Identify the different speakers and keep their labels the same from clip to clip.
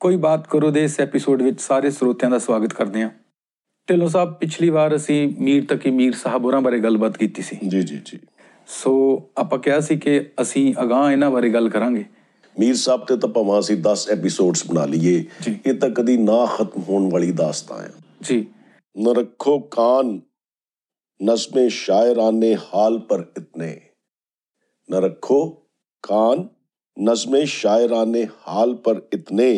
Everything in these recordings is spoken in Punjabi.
Speaker 1: ਕੋਈ ਬਾਤ ਕਰੋ ਦੇ ਇਸ ਐਪੀਸੋਡ ਵਿੱਚ ਸਾਰੇ ਸਰੋਤਿਆਂ ਦਾ ਸਵਾਗਤ ਕਰਦੇ ਹਾਂ ਢਿੱਲੋਂ ਸਾਹਿਬ ਪਿਛਲੀ ਵਾਰ ਅਸੀਂ ਮੀਰ ਤਕੀ ਮੀਰ ਸਾਹਿਬ ਹੋਰਾਂ ਬਾਰੇ ਗੱਲਬਾਤ ਕੀਤੀ ਸੀ
Speaker 2: ਜੀ ਜੀ ਜੀ
Speaker 1: ਸੋ ਆਪਾਂ ਕਿਹਾ ਸੀ ਕਿ ਅਸੀਂ ਅਗਾਹ ਇਹਨਾਂ ਬਾਰੇ ਗੱਲ ਕਰਾਂਗੇ
Speaker 2: ਮੀਰ ਸਾਹਿਬ ਤੇ ਤਾਂ ਭਾਵੇਂ ਅਸੀਂ 10 ਐਪੀਸੋਡਸ ਬਣਾ ਲਈਏ
Speaker 1: ਜੀ।
Speaker 2: ਇਹ ਤਾਂ ਕਦੀ ਨਾ ਖਤਮ ਹੋਣ ਵਾਲੀ ਦਾਸਤਾਂ ਹੈ
Speaker 1: ਜੀ
Speaker 2: न रखो कान नज्मे शायराने हाल पर इतने न रखो कान नज्मे शायराने हाल पर इतने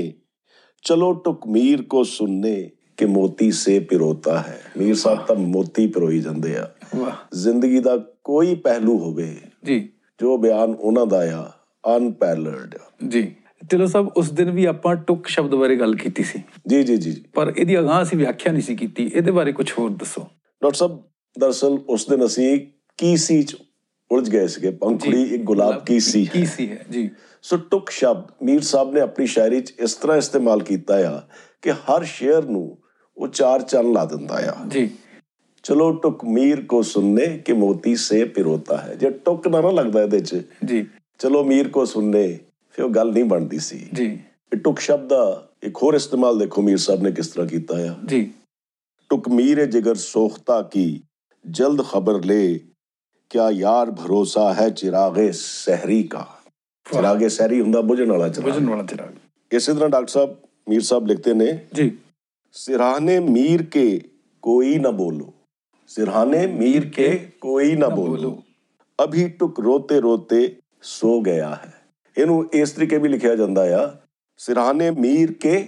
Speaker 2: चलो टुकमीर को सुनने के मोती से पिरोता है ਮੀਰ ਸਾਹਿਬ ਤਾਂ ਮੋਤੀ ਪਿਰੋਈ ਜਾਂਦੇ ਆ
Speaker 1: ਵਾਹ
Speaker 2: ਜ਼ਿੰਦਗੀ ਦਾ ਕੋਈ ਪਹਿਲੂ ਹੋਵੇ
Speaker 1: ਜੀ
Speaker 2: ਜੋ ਬਿਆਨ ਉਹਨਾਂ ਦਾ ਆ ਅਨਪੈਰਲਡ
Speaker 1: ਜੀ ਢਿੱਲੋਂ ਸਾਹਿਬ ਉਸ ਦਿਨ ਵੀ ਆਪਾਂ ਟੁੱਕ ਸ਼ਬਦ ਬਾਰੇ ਗੱਲ ਕੀਤੀ ਸੀ
Speaker 2: ਜੀ ਜੀ ਜੀ ਜੀ।
Speaker 1: ਪਰ ਇਹਦੀ ਅਗਾਹ ਅਸੀਂ ਵਿਆਖਿਆ ਨਹੀਂ ਸੀ ਕੀਤੀ ਇਹਦੇ ਬਾਰੇ ਕੁਝ ਹੋਰ ਦੱਸੋ
Speaker 2: ਡਾਕਟਰ ਸਾਹਿਬ ਦਰਅਸਲ ਉਸ ਦਿਨ ਅਸੀਂ ਕੀਸੀ ਚ ਉਲਝ ਗਏ ਸੀਗੇ ਪੰਖੜੀ ਇੱਕ ਗੁਲਾਬ ਕੀ ਸੀ
Speaker 1: ਕੀ ਸੀ ਹੈ ਜੀ
Speaker 2: ਸੋ ਟੁਕ ਸ਼ਬਦ ਮੀਰ ਸਾਹਿਬ ਨੇ ਆਪਣੀ ਸ਼ਾਇਰੀ ਚ ਇਸ ਤਰ੍ਹਾਂ ਇਸਤੇਮਾਲ ਕੀਤਾ ਆ ਕਿ ਹਰ ਸ਼ੇਰ ਨੂੰ ਉਹ ਚਾਰ ਚੰਨ ਲਾ ਦਿੰਦਾ ਆ
Speaker 1: ਜੀ
Speaker 2: ਚਲੋ ਟੁਕ ਮੀਰ ਕੋ ਸੁਣਨੇ ਕਿ ਮੋਤੀ ਸੇ ਪਿਰੋਤਾ ਹੈ ਜੇ ਟੁਕ ਨਾ ਨਾ ਲੱਗਦਾ ਇਹਦੇ ਚ
Speaker 1: ਜੀ
Speaker 2: ਚਲੋ ਮੀਰ ਕੋ ਸੁਣਨੇ ਫਿਰ ਉਹ ਗੱਲ ਨਹੀਂ ਬਣਦੀ ਸੀ
Speaker 1: ਜੀ
Speaker 2: ਇਹ ਟੁਕ ਸ਼ਬਦ ਦਾ ਇੱਕ ਹੋਰ ਇਸਤੇਮਾਲ ਦੇਖੋ ਮੀਰ ਸਾਹਿਬ ਨੇ ਕਿਸ ਤਰ੍ਹਾਂ ਕੀਤਾ ਆ
Speaker 1: ਜੀ
Speaker 2: टुकमीर जिगर सोख्ता की जल्द खबर ले क्या यार भरोसा है चिरागे सहरी का चिरागे सहरी ਹੁੰਦਾ ਬੁਝਣ ਵਾਲਾ ਚਿਰਾਗ
Speaker 1: ਵਜਨ ਵਾਲਾ ਚਿਰਾਗ
Speaker 2: ਇਸੇ ਤਰ੍ਹਾਂ ਡਾਕਟਰ ਸਾਹਿਬ ਮੀਰ ਸਾਹਿਬ ਲਿਖਦੇ ਨੇ
Speaker 1: ਜੀ
Speaker 2: ਸਿਰਹਾਨੇ ਮੀਰ ਕੇ ਕੋਈ ਨਾ ਬੋਲੋ ਸਿਰਹਾਨੇ ਮੀਰ ਕੇ ਕੋਈ ਨਾ ਬੋਲੋ ਅਭੀ ਟੁਕ ਰੋਤੇ ਰੋਤੇ ਸੋ ਗਿਆ ਹੈ ਇਹਨੂੰ ਇਸ ਤਰੀਕੇ ਵੀ ਲਿਖਿਆ ਜਾਂਦਾ ਆ ਸਿਰਹਾਨੇ ਮੀਰ ਕੇ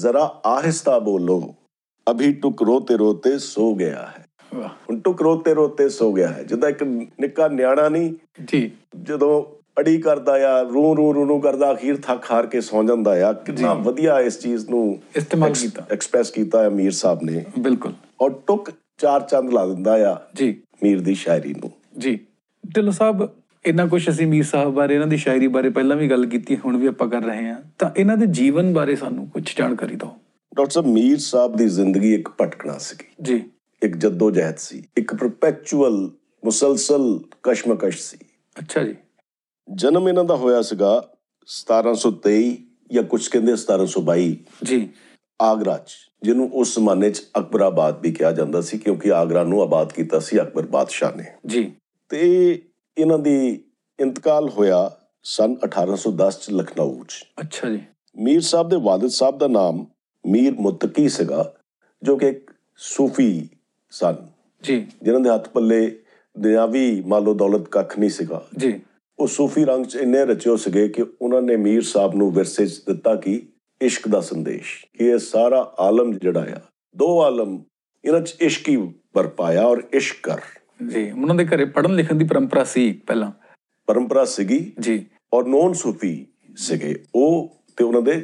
Speaker 2: ਜ਼ਰਾ ਆਹਿਸਤਾ ਬੋਲੋ ਅਭੀ ਟੁਕ ਰੋਤੇ ਰੋਤੇ ਸੋ ਗਿਆ ਹੈ
Speaker 1: ਵਾਹ
Speaker 2: ਹੁਣ ਟੁਕ ਰੋਤੇ ਰੋਤੇ ਸੋ ਗਿਆ ਹੈ ਜਿੱਦਾਂ ਇੱਕ ਨਿੱਕਾ ਨਿਆਣਾ ਨਹੀਂ
Speaker 1: ਜੀ
Speaker 2: ਜਦੋਂ ਅੜੀ ਕਰਦਾ ਆ ਰੂ ਰੂ ਰੂ ਰੂ ਕਰਦਾ ਅਖੀਰ ਥੱਕ ਹਾਰ ਕੇ ਸੌਂ ਜਾਂਦਾ ਆ ਕਿੰਨਾ
Speaker 1: ਜੀ।
Speaker 2: ਵਧੀਆ ਇਸ ਚੀਜ਼ ਨੂੰ
Speaker 1: ਇਸਤੇਮਾਲ ਕੀਤਾ
Speaker 2: ਐਕਸਪ੍ਰੈਸ ਕੀਤਾ ਹੈ ਮੀਰ ਸਾਹਿਬ ਨੇ
Speaker 1: ਬਿਲਕੁਲ
Speaker 2: ਔਰ ਟੁਕ ਚਾਰ ਚੰਦ ਲਾ ਦਿੰਦਾ ਆ
Speaker 1: ਜੀ
Speaker 2: ਮੀਰ ਦੀ ਸ਼ਾਇਰੀ ਨੂੰ
Speaker 1: ਜੀ ਢਿੱਲੋਂ ਸਾਹਿਬ ਇੰਨਾ ਕੁਛ ਅਸੀਂ ਮੀਰ ਸਾਹਿਬ ਬਾਰੇ ਇਹਨਾਂ ਦੀ ਸ਼ਾਇਰੀ ਬਾਰੇ ਪਹਿਲਾਂ ਵੀ ਗੱਲ ਕੀਤੀ ਹੁਣ ਵੀ ਆਪਾਂ ਕਰ ਰਹੇ ਹਾਂ ਤਾਂ ਇਹਨਾਂ ਦੇ ਜੀਵਨ ਬਾਰੇ ਸਾਨੂੰ ਕੁਝ ਜਾਣਕਾਰੀ ਦਿਓ
Speaker 2: ਡਾਕਟਰ ਸਾਹਿਬ ਮੀਰ ਸਾਹਿਬ ਦੀ ਜ਼ਿੰਦਗੀ ਇੱਕ ਭਟਕਣਾ ਸੀ
Speaker 1: ਜੀ
Speaker 2: ਇੱਕ ਜਦੋਜਹਿਦ ਸੀ ਇੱਕ ਪਰਪੈਚੁਅਲ ਮੁਸਲਸਲ ਕਸ਼ਮਕਸ਼ ਸੀ
Speaker 1: ਅੱਛਾ ਜੀ
Speaker 2: ਜਨਮ ਇਹਨਾਂ ਦਾ ਹੋਇਆ ਸੀਗਾ 1723 ਜਾਂ ਕੁਝ ਕਹਿੰਦੇ 1722
Speaker 1: ਜੀ
Speaker 2: ਆਗਰਾ ਚ ਜਿਹਨੂੰ ਉਸ ਜ਼ਮਾਨੇ ਚ ਅਕਬਰਾਬਾਦ ਵੀ ਕਿਹਾ ਜਾਂਦਾ ਸੀ ਕਿਉਂਕਿ ਆਗਰਾ ਨੂੰ ਆਬਾਦ ਕੀਤਾ ਸੀ ਅਕਬਰ ਬਾਦਸ਼ਾਹ ਨੇ
Speaker 1: ਜੀ
Speaker 2: ਤੇ ਇਹਨਾਂ ਦੀ ਇੰਤਕਾਲ ਹੋਇਆ ਸਨ 1810 ਚ ਲਖਨਊ ਚ
Speaker 1: ਅੱਛਾ ਜੀ
Speaker 2: ਮੀਰ ਸਾਹਿਬ ਦੇ ਵਾਲਿਦ ਸਾਹਿਬ ਦਾ ਨਾਮ ਮੀਰ ਮੁਤਕੀ ਸੀਗਾ ਜੋ ਕਿ ਇੱਕ ਸੂਫੀ ਸਨ
Speaker 1: ਜੀ
Speaker 2: ਜਿਨ੍ਹਾਂ ਦੇ ਹੱਥ ਪੱਲੇ ਦੁਨਿਆਵੀ ਮਾਲੋ ਦੌਲਤ ਕੱਖ ਨਹੀਂ ਸੀਗਾ
Speaker 1: ਜੀ
Speaker 2: ਉਹ ਸੂਫੀ ਰੰਗ 'ਚ ਇੰਨੇ ਰਚਿਓ ਸੀਗੇ ਕਿ ਉਹਨਾਂ ਨੇ ਮੀਰ ਸਾਹਿਬ ਨੂੰ ਵਿਰਸੇ 'ਚ ਦਿੱਤਾ ਕਿ ਇਸ਼ਕ ਦਾ ਸੰਦੇਸ਼ ਕਿ ਇਹ ਸਾਰਾ ਆਲਮ ਜਿਹੜਾ ਆ ਦੋ ਆਲਮ ਇਹਨਾਂ 'ਚ ਇਸ਼ਕ ਹੀ ਵਰਪਾਇਆ ਔਰ ਇਸ਼ਕ ਕਰ
Speaker 1: ਜੀ ਉਹਨਾਂ ਦੇ ਘਰੇ ਪੜਨ ਲਿਖਣ ਦੀ ਪਰੰਪਰਾ ਸੀ ਪਹਿਲਾਂ
Speaker 2: ਪਰੰਪਰਾ ਸੀਗੀ
Speaker 1: ਜੀ
Speaker 2: ਔਰ ਨੌਨ ਸੂਫੀ ਸੀਗੇ ਉਹ ਤੇ ਉਹਨਾਂ ਦੇ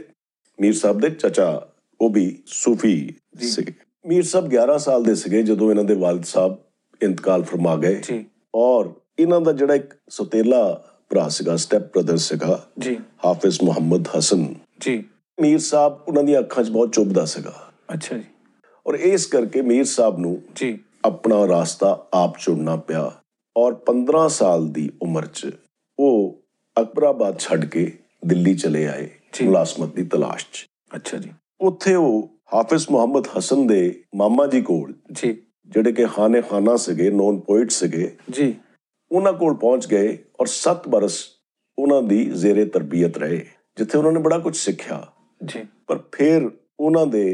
Speaker 2: ਮੀਰ ਸਾਹਿਬ ਦੇ ਚਾਚਾ ਉਹ ਵੀ ਸੂਫੀ
Speaker 1: ਜੀ।
Speaker 2: ਸੀਗੇ ਮੀਰ ਸਾਹਿਬ 11 ਸਾਲ ਦੇ ਸੀਗੇ ਜਦੋਂ ਇਹਨਾਂ ਦੇ ਵਾਲਿਦ ਸਾਹਿਬ ਇੰਤਕਾਲ ਫਰਮਾ ਗਏ
Speaker 1: ਜੀ
Speaker 2: ਔਰ ਇਹਨਾਂ ਦਾ ਜਿਹੜਾ ਇੱਕ ਸੋਤੇਲਾ ਭਰਾ ਸੀਗਾ ਸਟੈਪ ਬ੍ਰਦਰ ਸੀਗਾ
Speaker 1: ਜੀ
Speaker 2: ਹਾਫਿਜ਼ ਮੁਹੰਮਦ ਹਸਨ
Speaker 1: ਜੀ
Speaker 2: ਮੀਰ ਸਾਹਿਬ ਉਹਨਾਂ ਦੀਆਂ ਅੱਖਾਂ 'ਚ ਬਹੁਤ ਚੁੱਭਦਾ ਸੀਗਾ
Speaker 1: ਅੱਛਾ ਜੀ
Speaker 2: ਔਰ ਇਸ ਕਰਕੇ ਮੀਰ ਸਾਹਿਬ ਨੂੰ
Speaker 1: ਜੀ
Speaker 2: ਆਪਣਾ ਰਾਸਤਾ ਆਪ ਚੁਣਨਾ ਪਿਆ ਔਰ 15 ਸਾਲ ਦੀ ਉਮਰ 'ਚ ਉਹ ਅਕਬਰਾਬਾਦ ਛੱਡ ਕੇ ਦਿੱਲੀ ਚਲੇ ਆਏ
Speaker 1: ਜੀ।
Speaker 2: ਮੁਲਾਜ਼ਮਤ ਦੀ ਤਲਾਸ਼ 'ਚ
Speaker 1: ਅੱਛਾ ਜੀ
Speaker 2: ਉੱਥੇ ਉਹ ਹਾਫਿਜ਼ ਮੁਹੰਮਦ ਹਸਨ ਦੇ ਮਾਮਾ ਜੀ ਕੋਲ
Speaker 1: ਜੀ
Speaker 2: ਜਿਹੜੇ ਕਿ ਖਾਨੇ ਖਾਨਾ ਸੀਗੇ ਨੌਨ ਪੋਇਟ ਸੀਗੇ
Speaker 1: ਜੀ
Speaker 2: ਉਹਨਾਂ ਕੋਲ ਪਹੁੰਚ ਗਏ ਔਰ 7 ਬਰਸ ਉਹਨਾਂ ਦੀ ਜ਼ੇਰੇ ਤਰਬੀਅਤ ਰਹੇ ਜਿੱਥੇ ਉਹਨਾਂ ਨੇ ਬੜਾ ਕੁਝ ਸਿੱਖਿਆ
Speaker 1: ਜੀ
Speaker 2: ਪਰ ਫਿਰ ਉਹਨਾਂ ਦੇ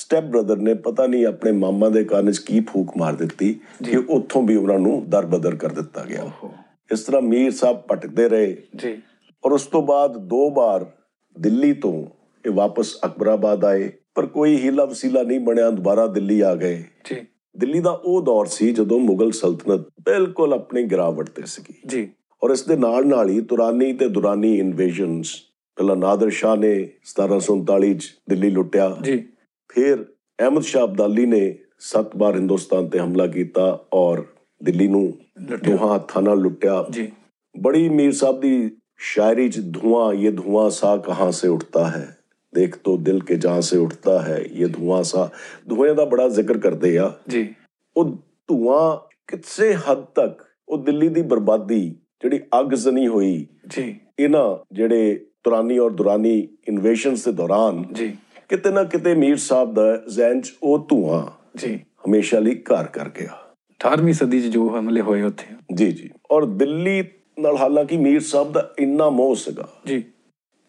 Speaker 2: ਸਟੈਪ ਬ੍ਰਦਰ ਨੇ ਪਤਾ ਨਹੀਂ ਆਪਣੇ ਮਾਮਾ ਦੇ ਕੰਨ 'ਚ ਕੀ ਫੂਕ ਮਾਰ ਦਿੱਤੀ ਕਿ ਉੱਥੋਂ ਵੀ ਉਹਨਾਂ ਨੂੰ ਦਰਬਦਰ ਕਰ ਦਿੱਤਾ ਗਿਆ
Speaker 1: ਓਹੋ
Speaker 2: ਇਸ ਤਰ੍ਹਾਂ ਮੀਰ ਸਾਹਿਬ ਭਟਕਦੇ ਰਹੇ
Speaker 1: ਜੀ
Speaker 2: ਔਰ ਉਸ ਤੋਂ ਬਾਅਦ ਦੋ ਵਾਰ ਦਿੱਲੀ ਤੋਂ ਇਹ ਵਾਪਸ ਅਕਬਰਾਬਾਦ ਆਏ ਪਰ ਕੋਈ ਹੀਲਾ ਵਸੀਲਾ ਨਹੀਂ ਬਣਿਆ ਦੁਬਾਰਾ ਦਿੱਲੀ ਆ ਗਏ
Speaker 1: ਜੀ
Speaker 2: ਦਿੱਲੀ ਦਾ ਉਹ ਦੌਰ ਸੀ ਜਦੋਂ ਮੁਗਲ ਸਲਤਨਤ ਬਿਲਕੁਲ ਆਪਣੀ ਗਿਰਾਵਟ ਤੇ ਸੀ
Speaker 1: ਜੀ
Speaker 2: ਔਰ ਇਸ ਦੇ ਨਾਲ ਨਾਲ ਹੀ ਤੁਰਾਨੀ ਤੇ ਦੁਰਾਨੀ ਇਨਵੇਸ਼ਨਸ ਪਹਿਲਾਂ ਨਾਦਰ ਸ਼ਾਹ ਨੇ 1739 ਚ ਦਿੱਲੀ ਲੁੱਟਿਆ
Speaker 1: ਜੀ
Speaker 2: ਫਿਰ ਅਹਿਮਦ ਸ਼ਾਹ ਅਬਦਾਲੀ ਨੇ ਸੱਤ ਵਾਰ ਹਿੰਦੁਸਤਾਨ ਤੇ ਹਮਲਾ ਕੀਤਾ ਔਰ ਦਿੱਲੀ ਨੂੰ
Speaker 1: ਲਟਿਆ
Speaker 2: ਦੋਹਾਂ ਹੱਥਾਂ ਨਾਲ ਲੁੱਟਿਆ
Speaker 1: ਜੀ
Speaker 2: ਬੜੀ ਮੀਰ ਸਾਹਿਬ ਦੀ ਸ਼ਾਇਰੀ ਚ ਧੂਆਂ ਇਹ ਧੂਆਂ ਸਾ ਕਹਾਂ ਸੇ ਉੱਠਦਾ ਹੈ ਦੇਖ ਤੋ ਦਿਲ ਕੇ ਜਾਂ ਸੇ ਉੱਠਦਾ ਹੈ ਇਹ ਧੂਆਂ ਸਾ ਧੂਏ ਦਾ ਬੜਾ ਜ਼ਿਕਰ ਕਰਦੇ ਆ
Speaker 1: ਜੀ
Speaker 2: ਉਹ ਧੂਆਂ ਕਿਸੇ ਹੱਦ ਤੱਕ ਉਹ ਦਿੱਲੀ ਦੀ ਬਰਬਾਦੀ ਜਿਹੜੀ ਅੱਗ ਜ਼ਨੀ ਹੋਈ
Speaker 1: ਜੀ
Speaker 2: ਇਹਨਾਂ ਜਿਹੜੇ ਤੁਰਾਨੀ ਔਰ ਦੁਰਾਨੀ ਇਨਵੇਸ਼ਨਸ ਦੇ ਦੌਰਾਨ
Speaker 1: ਜੀ
Speaker 2: ਕਿਤੇ ਨਾ ਕਿਤੇ ਮੀਰ ਸਾਹਿਬ ਦਾ ਜ਼ਹਿਨ 'ਚ ਉਹ ਧੂਆਂ
Speaker 1: ਜੀ
Speaker 2: ਹਮੇਸ਼ਾ ਲਈ ਘਰ ਕਰ ਗਿਆ
Speaker 1: 18ਵੀਂ ਸਦੀ 'ਚ ਜੋ ਹਮਲੇ ਹੋਏ ਉੱਥੇ
Speaker 2: ਜੀ ਜੀ ਔਰ ਦਿੱਲੀ ਨਾਲ ਹਾਲਾਂਕਿ ਮੀਰ ਸਾਹਿਬ ਦਾ ਇੰਨਾ ਮੋਹ ਸੀਗਾ
Speaker 1: ਜੀ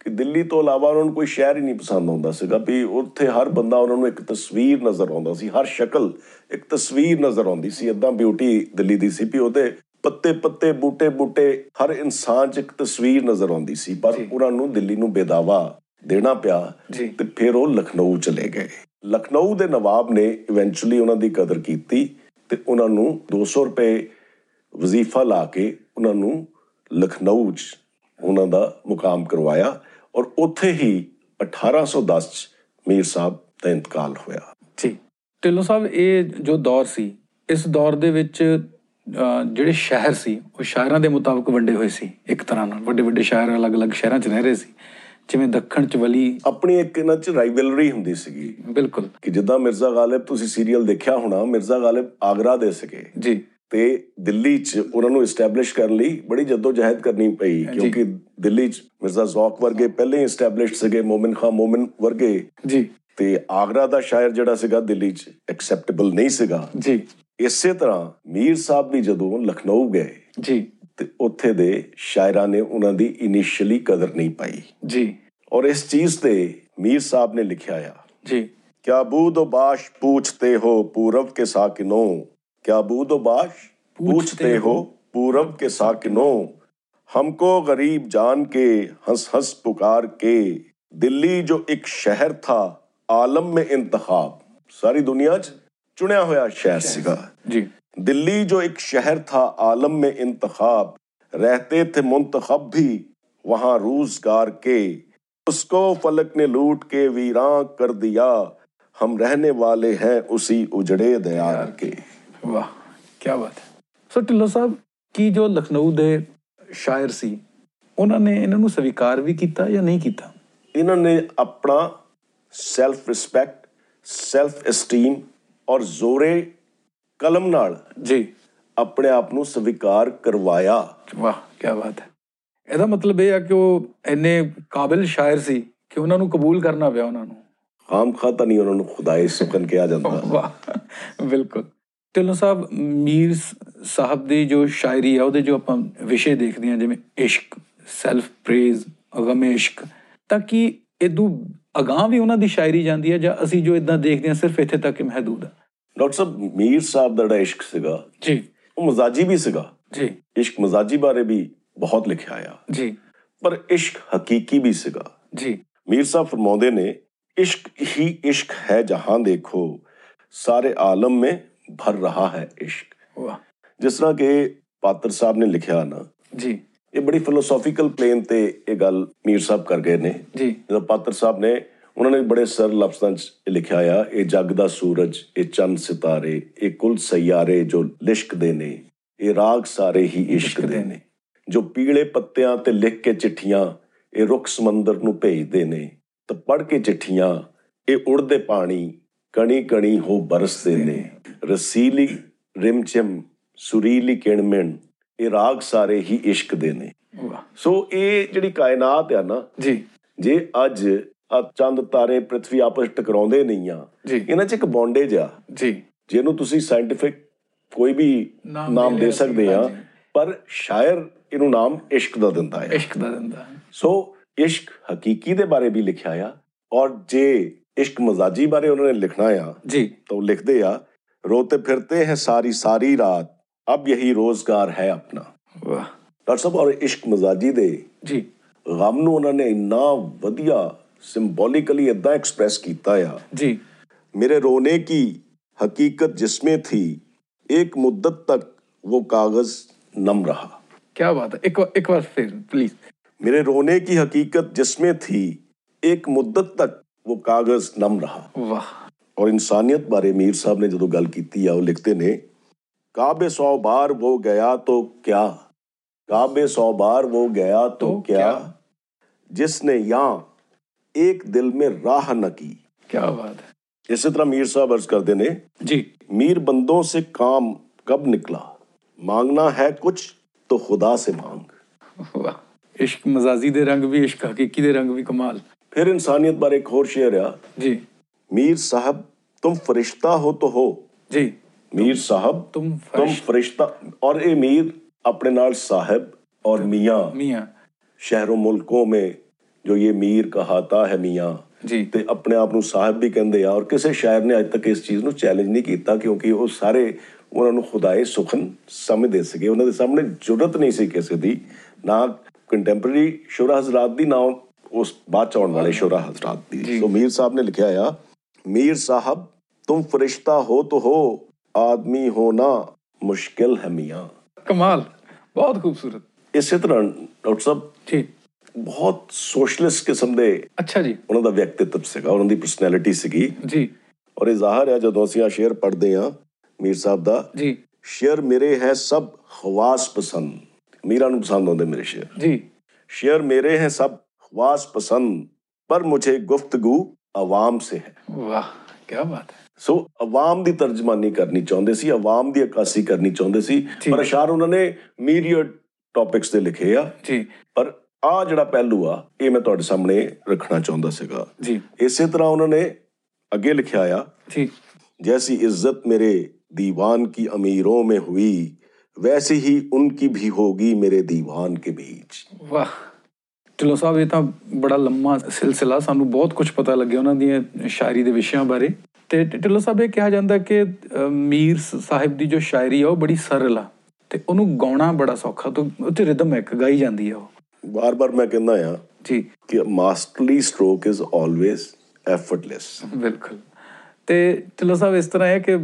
Speaker 2: ਕਿ ਦਿੱਲੀ ਤੋਂ ਇਲਾਵਾ ਉਹਨਾਂ ਨੂੰ ਕੋਈ ਸ਼ਹਿਰ ਹੀ ਨਹੀਂ ਪਸੰਦ ਆਉਂਦਾ ਸੀਗਾ ਵੀ ਉੱਥੇ ਹਰ ਬੰਦਾ ਉਹਨਾਂ ਨੂੰ ਇੱਕ ਤਸਵੀਰ ਨਜ਼ਰ ਆਉਂਦਾ ਸੀ ਹਰ ਸ਼ਕਲ ਇੱਕ ਤਸਵੀਰ ਨਜ਼ਰ ਆਉਂਦੀ ਸੀ ਇਦਾਂ ਬਿਊਟੀ ਦਿੱਲੀ ਦੀ ਸੀ ਵੀ ਉਹਦੇ ਪੱਤੇ ਪੱਤੇ ਬੂਟੇ ਬੂਟੇ ਹਰ ਇਨਸਾਨ 'ਚ ਇੱਕ ਤਸਵੀਰ ਨਜ਼ਰ ਆਉਂਦੀ ਸੀ ਪਰ
Speaker 1: ਜੀ।
Speaker 2: ਉਹਨਾਂ ਨੂੰ ਦਿੱਲੀ ਨੂੰ ਬੇਦਾਵਾ ਦੇਣਾ ਪਿਆ
Speaker 1: ਜੀ
Speaker 2: ਤੇ ਫਿਰ ਉਹ ਲਖਨਊ ਚਲੇ ਗਏ ਲਖਨਊ ਦੇ ਨਵਾਬ ਨੇ ਇਵੈਂਚੁਅਲੀ ਉਹਨਾਂ ਦੀ ਕਦਰ ਕੀਤੀ ਤੇ ਉਹਨਾਂ ਨੂੰ 200 ਰੁਪਏ ਵਜ਼ੀਫਾ ਲਾ ਕੇ ਉਹਨਾਂ ਨੂੰ ਲਖਨਊ 'ਚ ਉਹਨਾਂ ਦਾ ਮੁਕਾਮ ਕਰਵਾਇਆ ਔਰ ਉੱਥੇ ਹੀ 1810 'ਚ ਮੀਰ ਸਾਹਿਬ ਦਾ ਇੰਤਕਾਲ ਹੋਇਆ
Speaker 1: ਜੀ ਢਿੱਲੋਂ ਸਾਹਿਬ ਇਹ ਜੋ ਦੌਰ ਸੀ ਇਸ ਦੌਰ ਦੇ ਵਿੱਚ ਅਹ, ਜਿਹੜੇ ਸ਼ਹਿਰ ਸੀ ਉਹ ਸ਼ਹਿਰਾਂ ਦੇ ਮੁਤਾਬਕ ਵੰਡੇ ਹੋਏ ਸੀ ਇੱਕ ਤਰ੍ਹਾਂ ਨਾਲ ਵੱਡੇ ਵੱਡੇ ਸ਼ਹਿਰ ਅਲੱਗ-ਅਲੱਗ ਸ਼ਹਿਰਾਂ 'ਚ ਰਹਿ ਰਹੇ ਸੀ ਜਿਵੇਂ ਦੱਖਣ 'ਚ ਵਲੀ
Speaker 2: ਆਪਣੀ ਇੱਕ ਇਹਨਾਂ 'ਚ ਰਾਈਵਲਰੀ ਹੁੰਦੀ ਸੀਗੀ
Speaker 1: ਬਿਲਕੁਲ
Speaker 2: ਕਿ ਜਿੱਦਾਂ ਮਿਰਜ਼ਾ ਗਾਲਿਬ ਤੁਸੀਂ ਸੀਰੀਅਲ ਦੇਖਿਆ ਹੋਣਾ ਮਿਰਜ਼ਾ ਗਾਲਿਬ ਆਗਰਾ ਦੇ ਸਕੇ
Speaker 1: ਜੀ
Speaker 2: ਤੇ ਦਿੱਲੀ 'ਚ ਉਹਨਾਂ ਨੂੰ ਐਸਟੈਬਲਿਸ਼ ਕਰਨ ਲਈ ਬੜੀ ਜਦੋਜਹਿਦ ਕਰਨੀ ਪਈ
Speaker 1: ਹਾਂਜੀ।
Speaker 2: ਕਿਉਂਕਿ ਦਿੱਲੀ 'ਚ ਮਿਰਜ਼ਾ ਜ਼ੌਕ ਵਰਗੇ ਪਹਿਲੇ ਹੀ ਐਸਟੈਬਲਿਸ਼ਡ ਸੀਗੇ ਮੋਮਿਨ ਖਾਂ ਮੋਮਿਨ ਵਰਗੇ
Speaker 1: ਜੀ
Speaker 2: ਤੇ ਆਗਰਾ ਦਾ ਸ਼ਾਇਰ ਜਿਹੜਾ ਸੀਗਾ ਦਿੱਲੀ 'ਚ ਐਕਸੈਪਟੇਬਲ ਨਹੀਂ ਸੀਗਾ
Speaker 1: ਜੀ
Speaker 2: ਇਸੇ ਤਰ੍ਹਾਂ ਮੀਰ ਸਾਹਿਬ ਵੀ ਜਦੋਂ ਲਖਨਊ ਗਏ
Speaker 1: ਜੀ
Speaker 2: ਤੇ ਉੱਥੇ ਦੇ ਸ਼ਾਇਰਾਂ ਨੇ ਉਹਨਾਂ ਦੀ ਇਨੀਸ਼ੀਅਲੀ ਕਦਰ ਨਹੀਂ ਪਾਈ
Speaker 1: ਜੀ
Speaker 2: ਔਰ ਇਸ ਚੀਜ਼ ਤੇ ਮੀਰ ਸਾਹਿਬ ਨੇ ਲਿਖਿਆ ਆ
Speaker 1: ਜੀ
Speaker 2: क्या बूद व बाश पूछते हो पूरब के साकिनों क्या बूद व बाश पूछते हो पूरब के साकिनों हमको गरीब जान के हंस हंस पुकार के दिल्ली जो एक शहर था आलम में इंतखाब सारी दुनिया च चुनिया होया शहर सीगा
Speaker 1: ਜੀ
Speaker 2: दिल्ली जो एक शहर था आलम में इंतखाब रहते थे मुंतखब भी वहां रोजगार के उसको फलक ने लूट के वीरां कर दिया हम रहने वाले हैं उसी उजड़े दयार के
Speaker 1: ਵਾਹ ਕੀ ਬਾਤ ਹੈ ਸੋ ਢਿੱਲੋਂ ਸਾਹਿਬ ਕੀ ਜੋ ਲਖਨਊ ਦੇ ਸ਼ਾਇਰ ਸੀ ਉਹਨਾਂ ਨੇ ਇਹਨਾਂ ਨੂੰ ਸਵੀਕਾਰ ਵੀ ਕੀਤਾ ਜਾਂ ਨਹੀਂ ਕੀਤਾ
Speaker 2: ਇਹਨਾਂ ਨੇ ਆਪਣਾ ਸੈਲਫ ਰਿਸਪੈਕਟ ਸੈਲਫ ਐਸਟੀਮ ਔਰ ਜ਼ੋਰੇ ਕਲਮ ਨਾਲ
Speaker 1: ਜੀ
Speaker 2: ਆਪਣੇ ਆਪ ਨੂੰ ਸਵੀਕਾਰ ਕਰਵਾਇਆ
Speaker 1: ਵਾਹ ਕੀ ਬਾਤ ਹੈ ਇਹਦਾ ਮਤਲਬ ਇਹ ਆ ਕਿ ਉਹ ਇੰਨੇ ਕਾਬਿਲ ਸ਼ਾਇਰ ਸੀ ਕਿ ਉਹਨਾਂ ਨੂੰ ਕਬੂਲ ਕਰਨਾ ਪਿਆ ਉਹਨਾਂ ਨੂੰ
Speaker 2: ਖਾਮ ਤਾਂ ਨਹੀਂ ਉਹਨਾਂ ਨੂੰ ਖੁਦਾਏ ਸੁਖਨ ਕਿਹਾ ਜਾਂਦਾ
Speaker 1: ਵਾਹ ਬਿਲਕੁਲ ਢਿੱਲੋਂ ਸਾਹਿਬ ਮੀਰ ਸ- ਸਾਹਿਬ ਦੀ ਜੋ ਸ਼ਾਇਰੀ ਆ ਉਹਦੇ ਜੋ ਆਪਾਂ ਵਿਸ਼ੇ ਦੇਖਦੇ ਹਾਂ ਜਿਵੇਂ ਇਸ਼ਕ ਸੈਲਫ ਪ੍ਰੇਜ਼ ਗਮ ਇਸ਼ਕ ਤਾਂ ਕੀ ਇਦੋਂ ਅਗਾਹ ਵੀ ਉਹਨਾਂ ਦੀ ਸ਼ਾਇਰੀ ਜਾਂਦੀ ਹੈ ਜਾਂ ਅਸੀਂ ਜੋ ਇਦਾਂ ਦੇਖਦੇ ਹਾਂ ਸਿਰਫ ਇੱਥੇ ਤੱਕ ਹੀ ਮਹਦੂਦ ਆ
Speaker 2: ਡਾਕਟਰ ਸਾਹਿਬ ਮੀਰ ਸਾਹਿਬ ਦਾ ਜਿਹੜਾ ਇਸ਼ਕ ਸੀਗਾ
Speaker 1: ਜੀ
Speaker 2: ਉਹ ਮਜ਼ਾਜੀ ਵੀ ਸੀਗਾ
Speaker 1: ਜੀ
Speaker 2: ਇਸ਼ਕ ਮਜ਼ਾਜੀ ਬਾਰੇ ਵੀ ਬਹੁਤ ਲਿਖਿਆ ਆ
Speaker 1: ਜੀ
Speaker 2: ਪਰ ਇਸ਼ਕ ਹਕੀਕੀ ਵੀ ਸੀਗਾ
Speaker 1: ਜੀ
Speaker 2: ਮੀਰ ਸਾਹਿਬ ਫਰਮਾਉਂਦੇ ਨੇ ਇਸ਼ਕ ਹੀ ਇਸ਼ਕ ਹੈ ਜਹਾਂ ਦੇਖੋ ਸਾਰੇ ਆਲਮ ਮੇਂ ਭਰ ਰਹਾ ਹੈ ਇਸ਼ਕ
Speaker 1: ਵਾਹ
Speaker 2: ਜਿਸ ਤਰ੍ਹਾਂ ਕਿ ਪਾਤਰ ਸਾਹਿਬ ਨੇ ਲਿਖਿਆ ਨਾ
Speaker 1: ਜੀ
Speaker 2: ਇਹ ਬੜੀ ਫਿਲੋਸੋਫੀਕਲ ਪਲੇਨ ਤੇ ਇਹ ਗੱਲ ਮੀਰ ਸਾਹਿਬ ਕਰ ਗਏ ਨੇ
Speaker 1: ਜੀ
Speaker 2: ਜਦੋਂ ਪਾਤਰ ਸਾਹਿਬ ਨੇ ਉਹਨਾਂ ਨੇ ਬੜੇ ਸਰਲ ਲਫ਼ਜ਼ਾਂ 'ਚ ਇਹ ਲਿਖਿਆ ਆ ਇਹ ਜੱਗ ਦਾ ਸੂਰਜ ਇਹ ਚੰਨ ਸਿਤਾਰੇ ਇਹ ਕੁੱਲ ਸਯਾਰੇ ਜੋ ਲਿਸ਼ਕਦੇ ਨੇ ਇਹ ਰਾਗ ਸਾਰੇ ਹੀ ਇਸ਼ਕ ਦੇ ਨੇ ਜੋ ਪੀਲੇ ਪੱਤਿਆਂ ਤੇ ਲਿਖ ਕੇ ਚਿੱਠੀਆਂ ਇਹ ਰੁੱਖ ਸਮੁੰਦਰ ਨੂੰ ਭੇਜਦੇ ਨੇ ਤੇ ਪੜ ਕੇ ਚਿੱਠੀਆਂ ਇਹ ਉੜਦੇ ਪਾਣੀ ਕਣੀ ਕਣੀ ਹੋ ਬਰਸਦੇ ਨੇ ਰਸੀਲੀ ਰਿਮਚਿਮ ਸੁਰੀਲੀ ਕਿਣਮਿਣ ਇਹ ਰਾਗ ਸਾਰੇ ਹੀ ਇਸ਼ਕ ਦੇ ਨੇ
Speaker 1: ਵਾਹ
Speaker 2: ਸੋ ਇਹ ਜਿਹੜੀ ਕਾਇਨਾਤ ਆ ਨਾ
Speaker 1: ਜੀ
Speaker 2: ਜੇ ਅੱਜ ਆ ਚੰਦ ਤਾਰੇ ਪ੍ਰithvi ਆਪਸ 'ਚ ਟਕਰਾਉਂਦੇ ਨਹੀਂ ਆ
Speaker 1: ਜੀ
Speaker 2: ਇਹਨਾਂ 'ਚ ਇੱਕ ਬੌਂਡੇਜ ਆ
Speaker 1: ਜੀ
Speaker 2: ਜਿਹਨੂੰ ਤੁਸੀਂ ਸਾਇੰਟੀਫਿਕ ਕੋਈ ਵੀ
Speaker 1: ਨਾਮ
Speaker 2: ਨਾਮ
Speaker 1: ਦੇ
Speaker 2: ਦੇ
Speaker 1: ਲਿਆ
Speaker 2: ਸਕਦੇ
Speaker 1: ਸੀ,
Speaker 2: ਆ
Speaker 1: ਹਾਂਜੀ।
Speaker 2: ਪਰ ਸ਼ਾਇਰ ਇਹਨੂੰ ਨਾਮ ਇਸ਼ਕ ਦਾ ਦਿੰਦਾ ਹੈ
Speaker 1: ਇਸ਼ਕ ਦਾ ਦਿੰਦਾ
Speaker 2: ਸੋ ਇਸ਼ਕ ਹਕੀਕੀ ਦੇ ਬਾਰੇ ਵੀ ਲਿਖਿਆ ਆ ਔਰ ਜੇ ਇਸ਼ਕ ਮਜ਼ਾਜੀ ਬਾਰੇ ਉਹਨਾਂ ਨੇ ਲਿਖਣਾ ਆ
Speaker 1: ਜੀ
Speaker 2: तो लिखते या रोते फिरते हैं सारी सारी रात अब यही रोजगार है अपना
Speaker 1: ਵਾਹ
Speaker 2: डॉक्टर साहब और इश्क मजाजी दे
Speaker 1: ਜੀ
Speaker 2: ਗਮ ਨੂੰ ਉਹਨਾਂ ਨੇ ਇੰਨਾ ਵਧੀਆ ਸਿੰਬੋਲਿਕਲੀ ਇਦਾਂ ਐਕਸਪ੍ਰੈਸ ਕੀਤਾ ਆ
Speaker 1: ਜੀ
Speaker 2: मेरे रोने की हकीकत जिसमें थी एक मुद्दत तक वो कागज नम रहा
Speaker 1: ਕੀ ਬਾਤ ਹੈ ਇੱਕ ਵਾ- ਇੱਕ ਵਾਰ ਫਿਰ ਪਲੀਜ਼
Speaker 2: मेरे रोने की हकीकत जिसमें थी एक मुद्दत तक वो कागज नम रहा
Speaker 1: ਵਾਹ
Speaker 2: और इंसानियत बारे मीर साहब ने जो गल की है वो लिखते ने काबे सौ बार वो गया तो क्या काबे सौ बार वो गया
Speaker 1: तो
Speaker 2: तो, क्या?
Speaker 1: क्या?
Speaker 2: जिसने यहाँ एक दिल में राह न की
Speaker 1: ਕੀ ਬਾਤ ਹੈ
Speaker 2: इसी तरह मीर साहब अर्ज करते ने
Speaker 1: ਜੀ
Speaker 2: मीर बंदों से काम कब निकला मांगना है कुछ तो खुदा से मांग
Speaker 1: ਵਾਹ ਇਸ਼ਕ ਮਜ਼ਾਜੀ ਦੇ ਰੰਗ ਵੀ ਇਸ਼ਕ ਹਕੀਕੀ ਦੇ ਰੰਗ ਵੀ ਕਮਾਲ
Speaker 2: फिर इंसानियत बारे एक और शेर आ
Speaker 1: ਜੀ
Speaker 2: मीर साहब तुम फरिश्ता हो तो हो
Speaker 1: ਜੀ
Speaker 2: मीर साहब
Speaker 1: ਤੁਮ
Speaker 2: तुम
Speaker 1: ਫਰਸ਼
Speaker 2: फरिश्ता और ए मीर अपने नाल साहब और मियाँ
Speaker 1: ਮੀਆਂ
Speaker 2: शहरों मुल्कों में जो ये मीर ਕਹਾਤਾ ਹੈ ਮੀਆਂ
Speaker 1: ਜੀ
Speaker 2: ਤੇ ਆਪਣੇ ਆਪ ਨੂੰ ਸਾਹਿਬ ਵੀ ਕਹਿੰਦੇ ਆ ਔਰ ਕਿਸੇ ਸ਼ਾਇਰ ਨੇ ਅੱਜ ਤੱਕ ਇਸ ਚੀਜ਼ ਨੂੰ ਚੈਲੰਜ ਨਹੀਂ ਕੀਤਾ ਕਿਉਂਕਿ ਉਹ ਸਾਰੇ ਉਹਨਾਂ ਨੂੰ ਖੁਦਾਏ ਸੁਖਨ ਸਮਝਦੇ ਸੀਗੇ ਉਹਨਾਂ ਦੇ ਸਾਹਮਣੇ ਜੁਰਤ ਨਹੀਂ ਸੀ ਕਿਸੇ ਦੀ ਨਾ ਕੰਟੈਂਪਰੇਰੀ ਸ਼ੁਰਾ ਹਜ਼ਰਤ ਦੀ ਨਾ ਉਸ ਬਾਅਦ 'ਚ ਆਉਣ ਵਾਲੇ ਸ਼ੁਰਾ ਹਜ਼ਰਤ ਦੀ
Speaker 1: ਜੀ।
Speaker 2: ਸੋ ਮੀਰ ਸਾਹਿਬ ਨੇ ਲਿਖਿਆ ਆ ਮੀਰ ਸਾਹਿਬ ਤੁਮ ਫਰਿਸ਼ਤਾ ਹੋ ਤੋ ਹੋ ਆਦਮੀ ਹੋਣਾ ਮੁਸ਼ਕਿਲ ਹੈ ਮੀਆਂ
Speaker 1: ਕਮਾਲ ਬਹੁਤ ਖੂਬਸੂਰਤ
Speaker 2: ਇਸੇ ਤਰ੍ਹਾਂ ਡਾਕਟਰ ਸਾਹਿਬ
Speaker 1: ਜੀ
Speaker 2: ਬਹੁਤ ਸੋਸ਼ਲਿਸਟ ਕਿਸਮ ਦੇ
Speaker 1: ਅੱਛਾ ਜੀ
Speaker 2: ਉਹਨਾਂ ਦਾ ਵਿਅਕਤੀਤਵ ਸੀਗਾ ਉਹਨਾਂ ਦੀ ਪਰਸਨੈਲਿਟੀ ਸੀਗੀ
Speaker 1: ਜੀ
Speaker 2: ਔਰ ਇਹ ਜ਼ਾਹਰ ਹੈ ਜਦੋਂ ਅਸੀਂ ਆ ਸ਼ੇਰ ਪੜ੍ਹਦੇ ਆ ਮੀਰ ਸਾਹਿਬ ਦਾ
Speaker 1: ਜੀ
Speaker 2: ਸ਼ੇਰ ਮੇਰੇ ਹੈ ਸਭ ਖਵਾਸ ਪਸੰਦ ਮੀਰਾਂ ਨੂੰ ਪਸੰਦ ਆਉਂਦੇ ਮੇਰੇ ਸ਼ੇਰ
Speaker 1: ਜੀ
Speaker 2: ਸ਼ੇਰ ਮੇਰੇ ਹੈ ਸਭ ਖਵਾਸ ਪਸੰਦ ਪਰ ਮੁਝੇ ਗੁਫ਼ਤਗੂ ਆਵਾਮ ਸੇ ਹੈ
Speaker 1: ਵਾਹ ਕੀ ਬਾਤ ਹੈ
Speaker 2: ਸੋ ਆਵਾਮ ਦੀ ਤਰਜਮਾਨੀ ਕਰਨੀ ਚਾਹੁੰਦੇ ਸੀ ਆਵਾਮ ਦੀ ਅਕਾਸੀ ਕਰਨੀ ਚਾਹੁੰਦੇ ਸੀ
Speaker 1: ਠੀਕ।
Speaker 2: ਪਰ ਅਸ਼ਾਰ ਉਹਨਾਂ ਨੇ ਮੀਰੀਅਡ ਟੌਪਿਕਸ ਤੇ ਲਿਖੇ ਆ
Speaker 1: ਜੀ
Speaker 2: ਪਰ ਆ ਜਿਹੜਾ ਪਹਿਲੂ ਆ ਇਹ ਮੈਂ ਤੁਹਾਡੇ ਸਾਹਮਣੇ ਰੱਖਣਾ ਚਾਹੁੰਦਾ ਸੀਗਾ
Speaker 1: ਜੀ
Speaker 2: ਇਸੇ ਤਰ੍ਹਾਂ ਉਹਨਾਂ ਨੇ ਅੱਗੇ ਲਿਖਿਆ ਆ
Speaker 1: ਜੀ
Speaker 2: जैसी इज्जत मेरे दीवान की अमीरों में हुई वैसी ही उनकी भी होगी मेरे दीवान के बीच
Speaker 1: ਵਾਹ ਢਿੱਲੋਂ ਸਾਹਿਬ ਇਹ ਤਾਂ ਬੜਾ ਲੰਮਾ ਸਿਲਸਿਲਾ ਸਾਨੂੰ ਬਹੁਤ ਕੁਝ ਪਤਾ ਲੱਗਿਆ ਉਹਨਾਂ ਦੀਆਂ ਸ਼ਾਇਰੀ ਦੇ ਵਿਸ਼ਿਆਂ ਬਾਰੇ ਤੇ ਢਿ- ਢਿੱਲੋਂ ਸਾਹਿਬ ਇਹ ਕਿਹਾ ਜਾਂਦਾ ਕਿ ਅ, ਮੀਰ ਸ- ਸਾਹਿਬ ਦੀ ਜੋ ਸ਼ਾਇਰੀ ਆ ਉਹ ਬੜੀ ਸਰਲ ਆ ਤੇ ਉਹਨੂੰ ਗਾਉਣਾ ਬੜਾ ਸੌਖਾ ਤੋਂ ਉੱਤੇ ਰਿਦਮ ਇੱਕ ਗਾਈ ਜਾਂਦੀ ਆ ਉਹ
Speaker 2: बार बार मैं कहना है
Speaker 1: ਜੀ
Speaker 2: कि masterly stroke is always effortless
Speaker 1: ਬਿਲਕੁਲ ਤੇ ਢਿੱਲੋਂ ਸਾਹਿਬ ਇਸ ਤਰ੍ਹਾਂ ਹੈ ਕਿ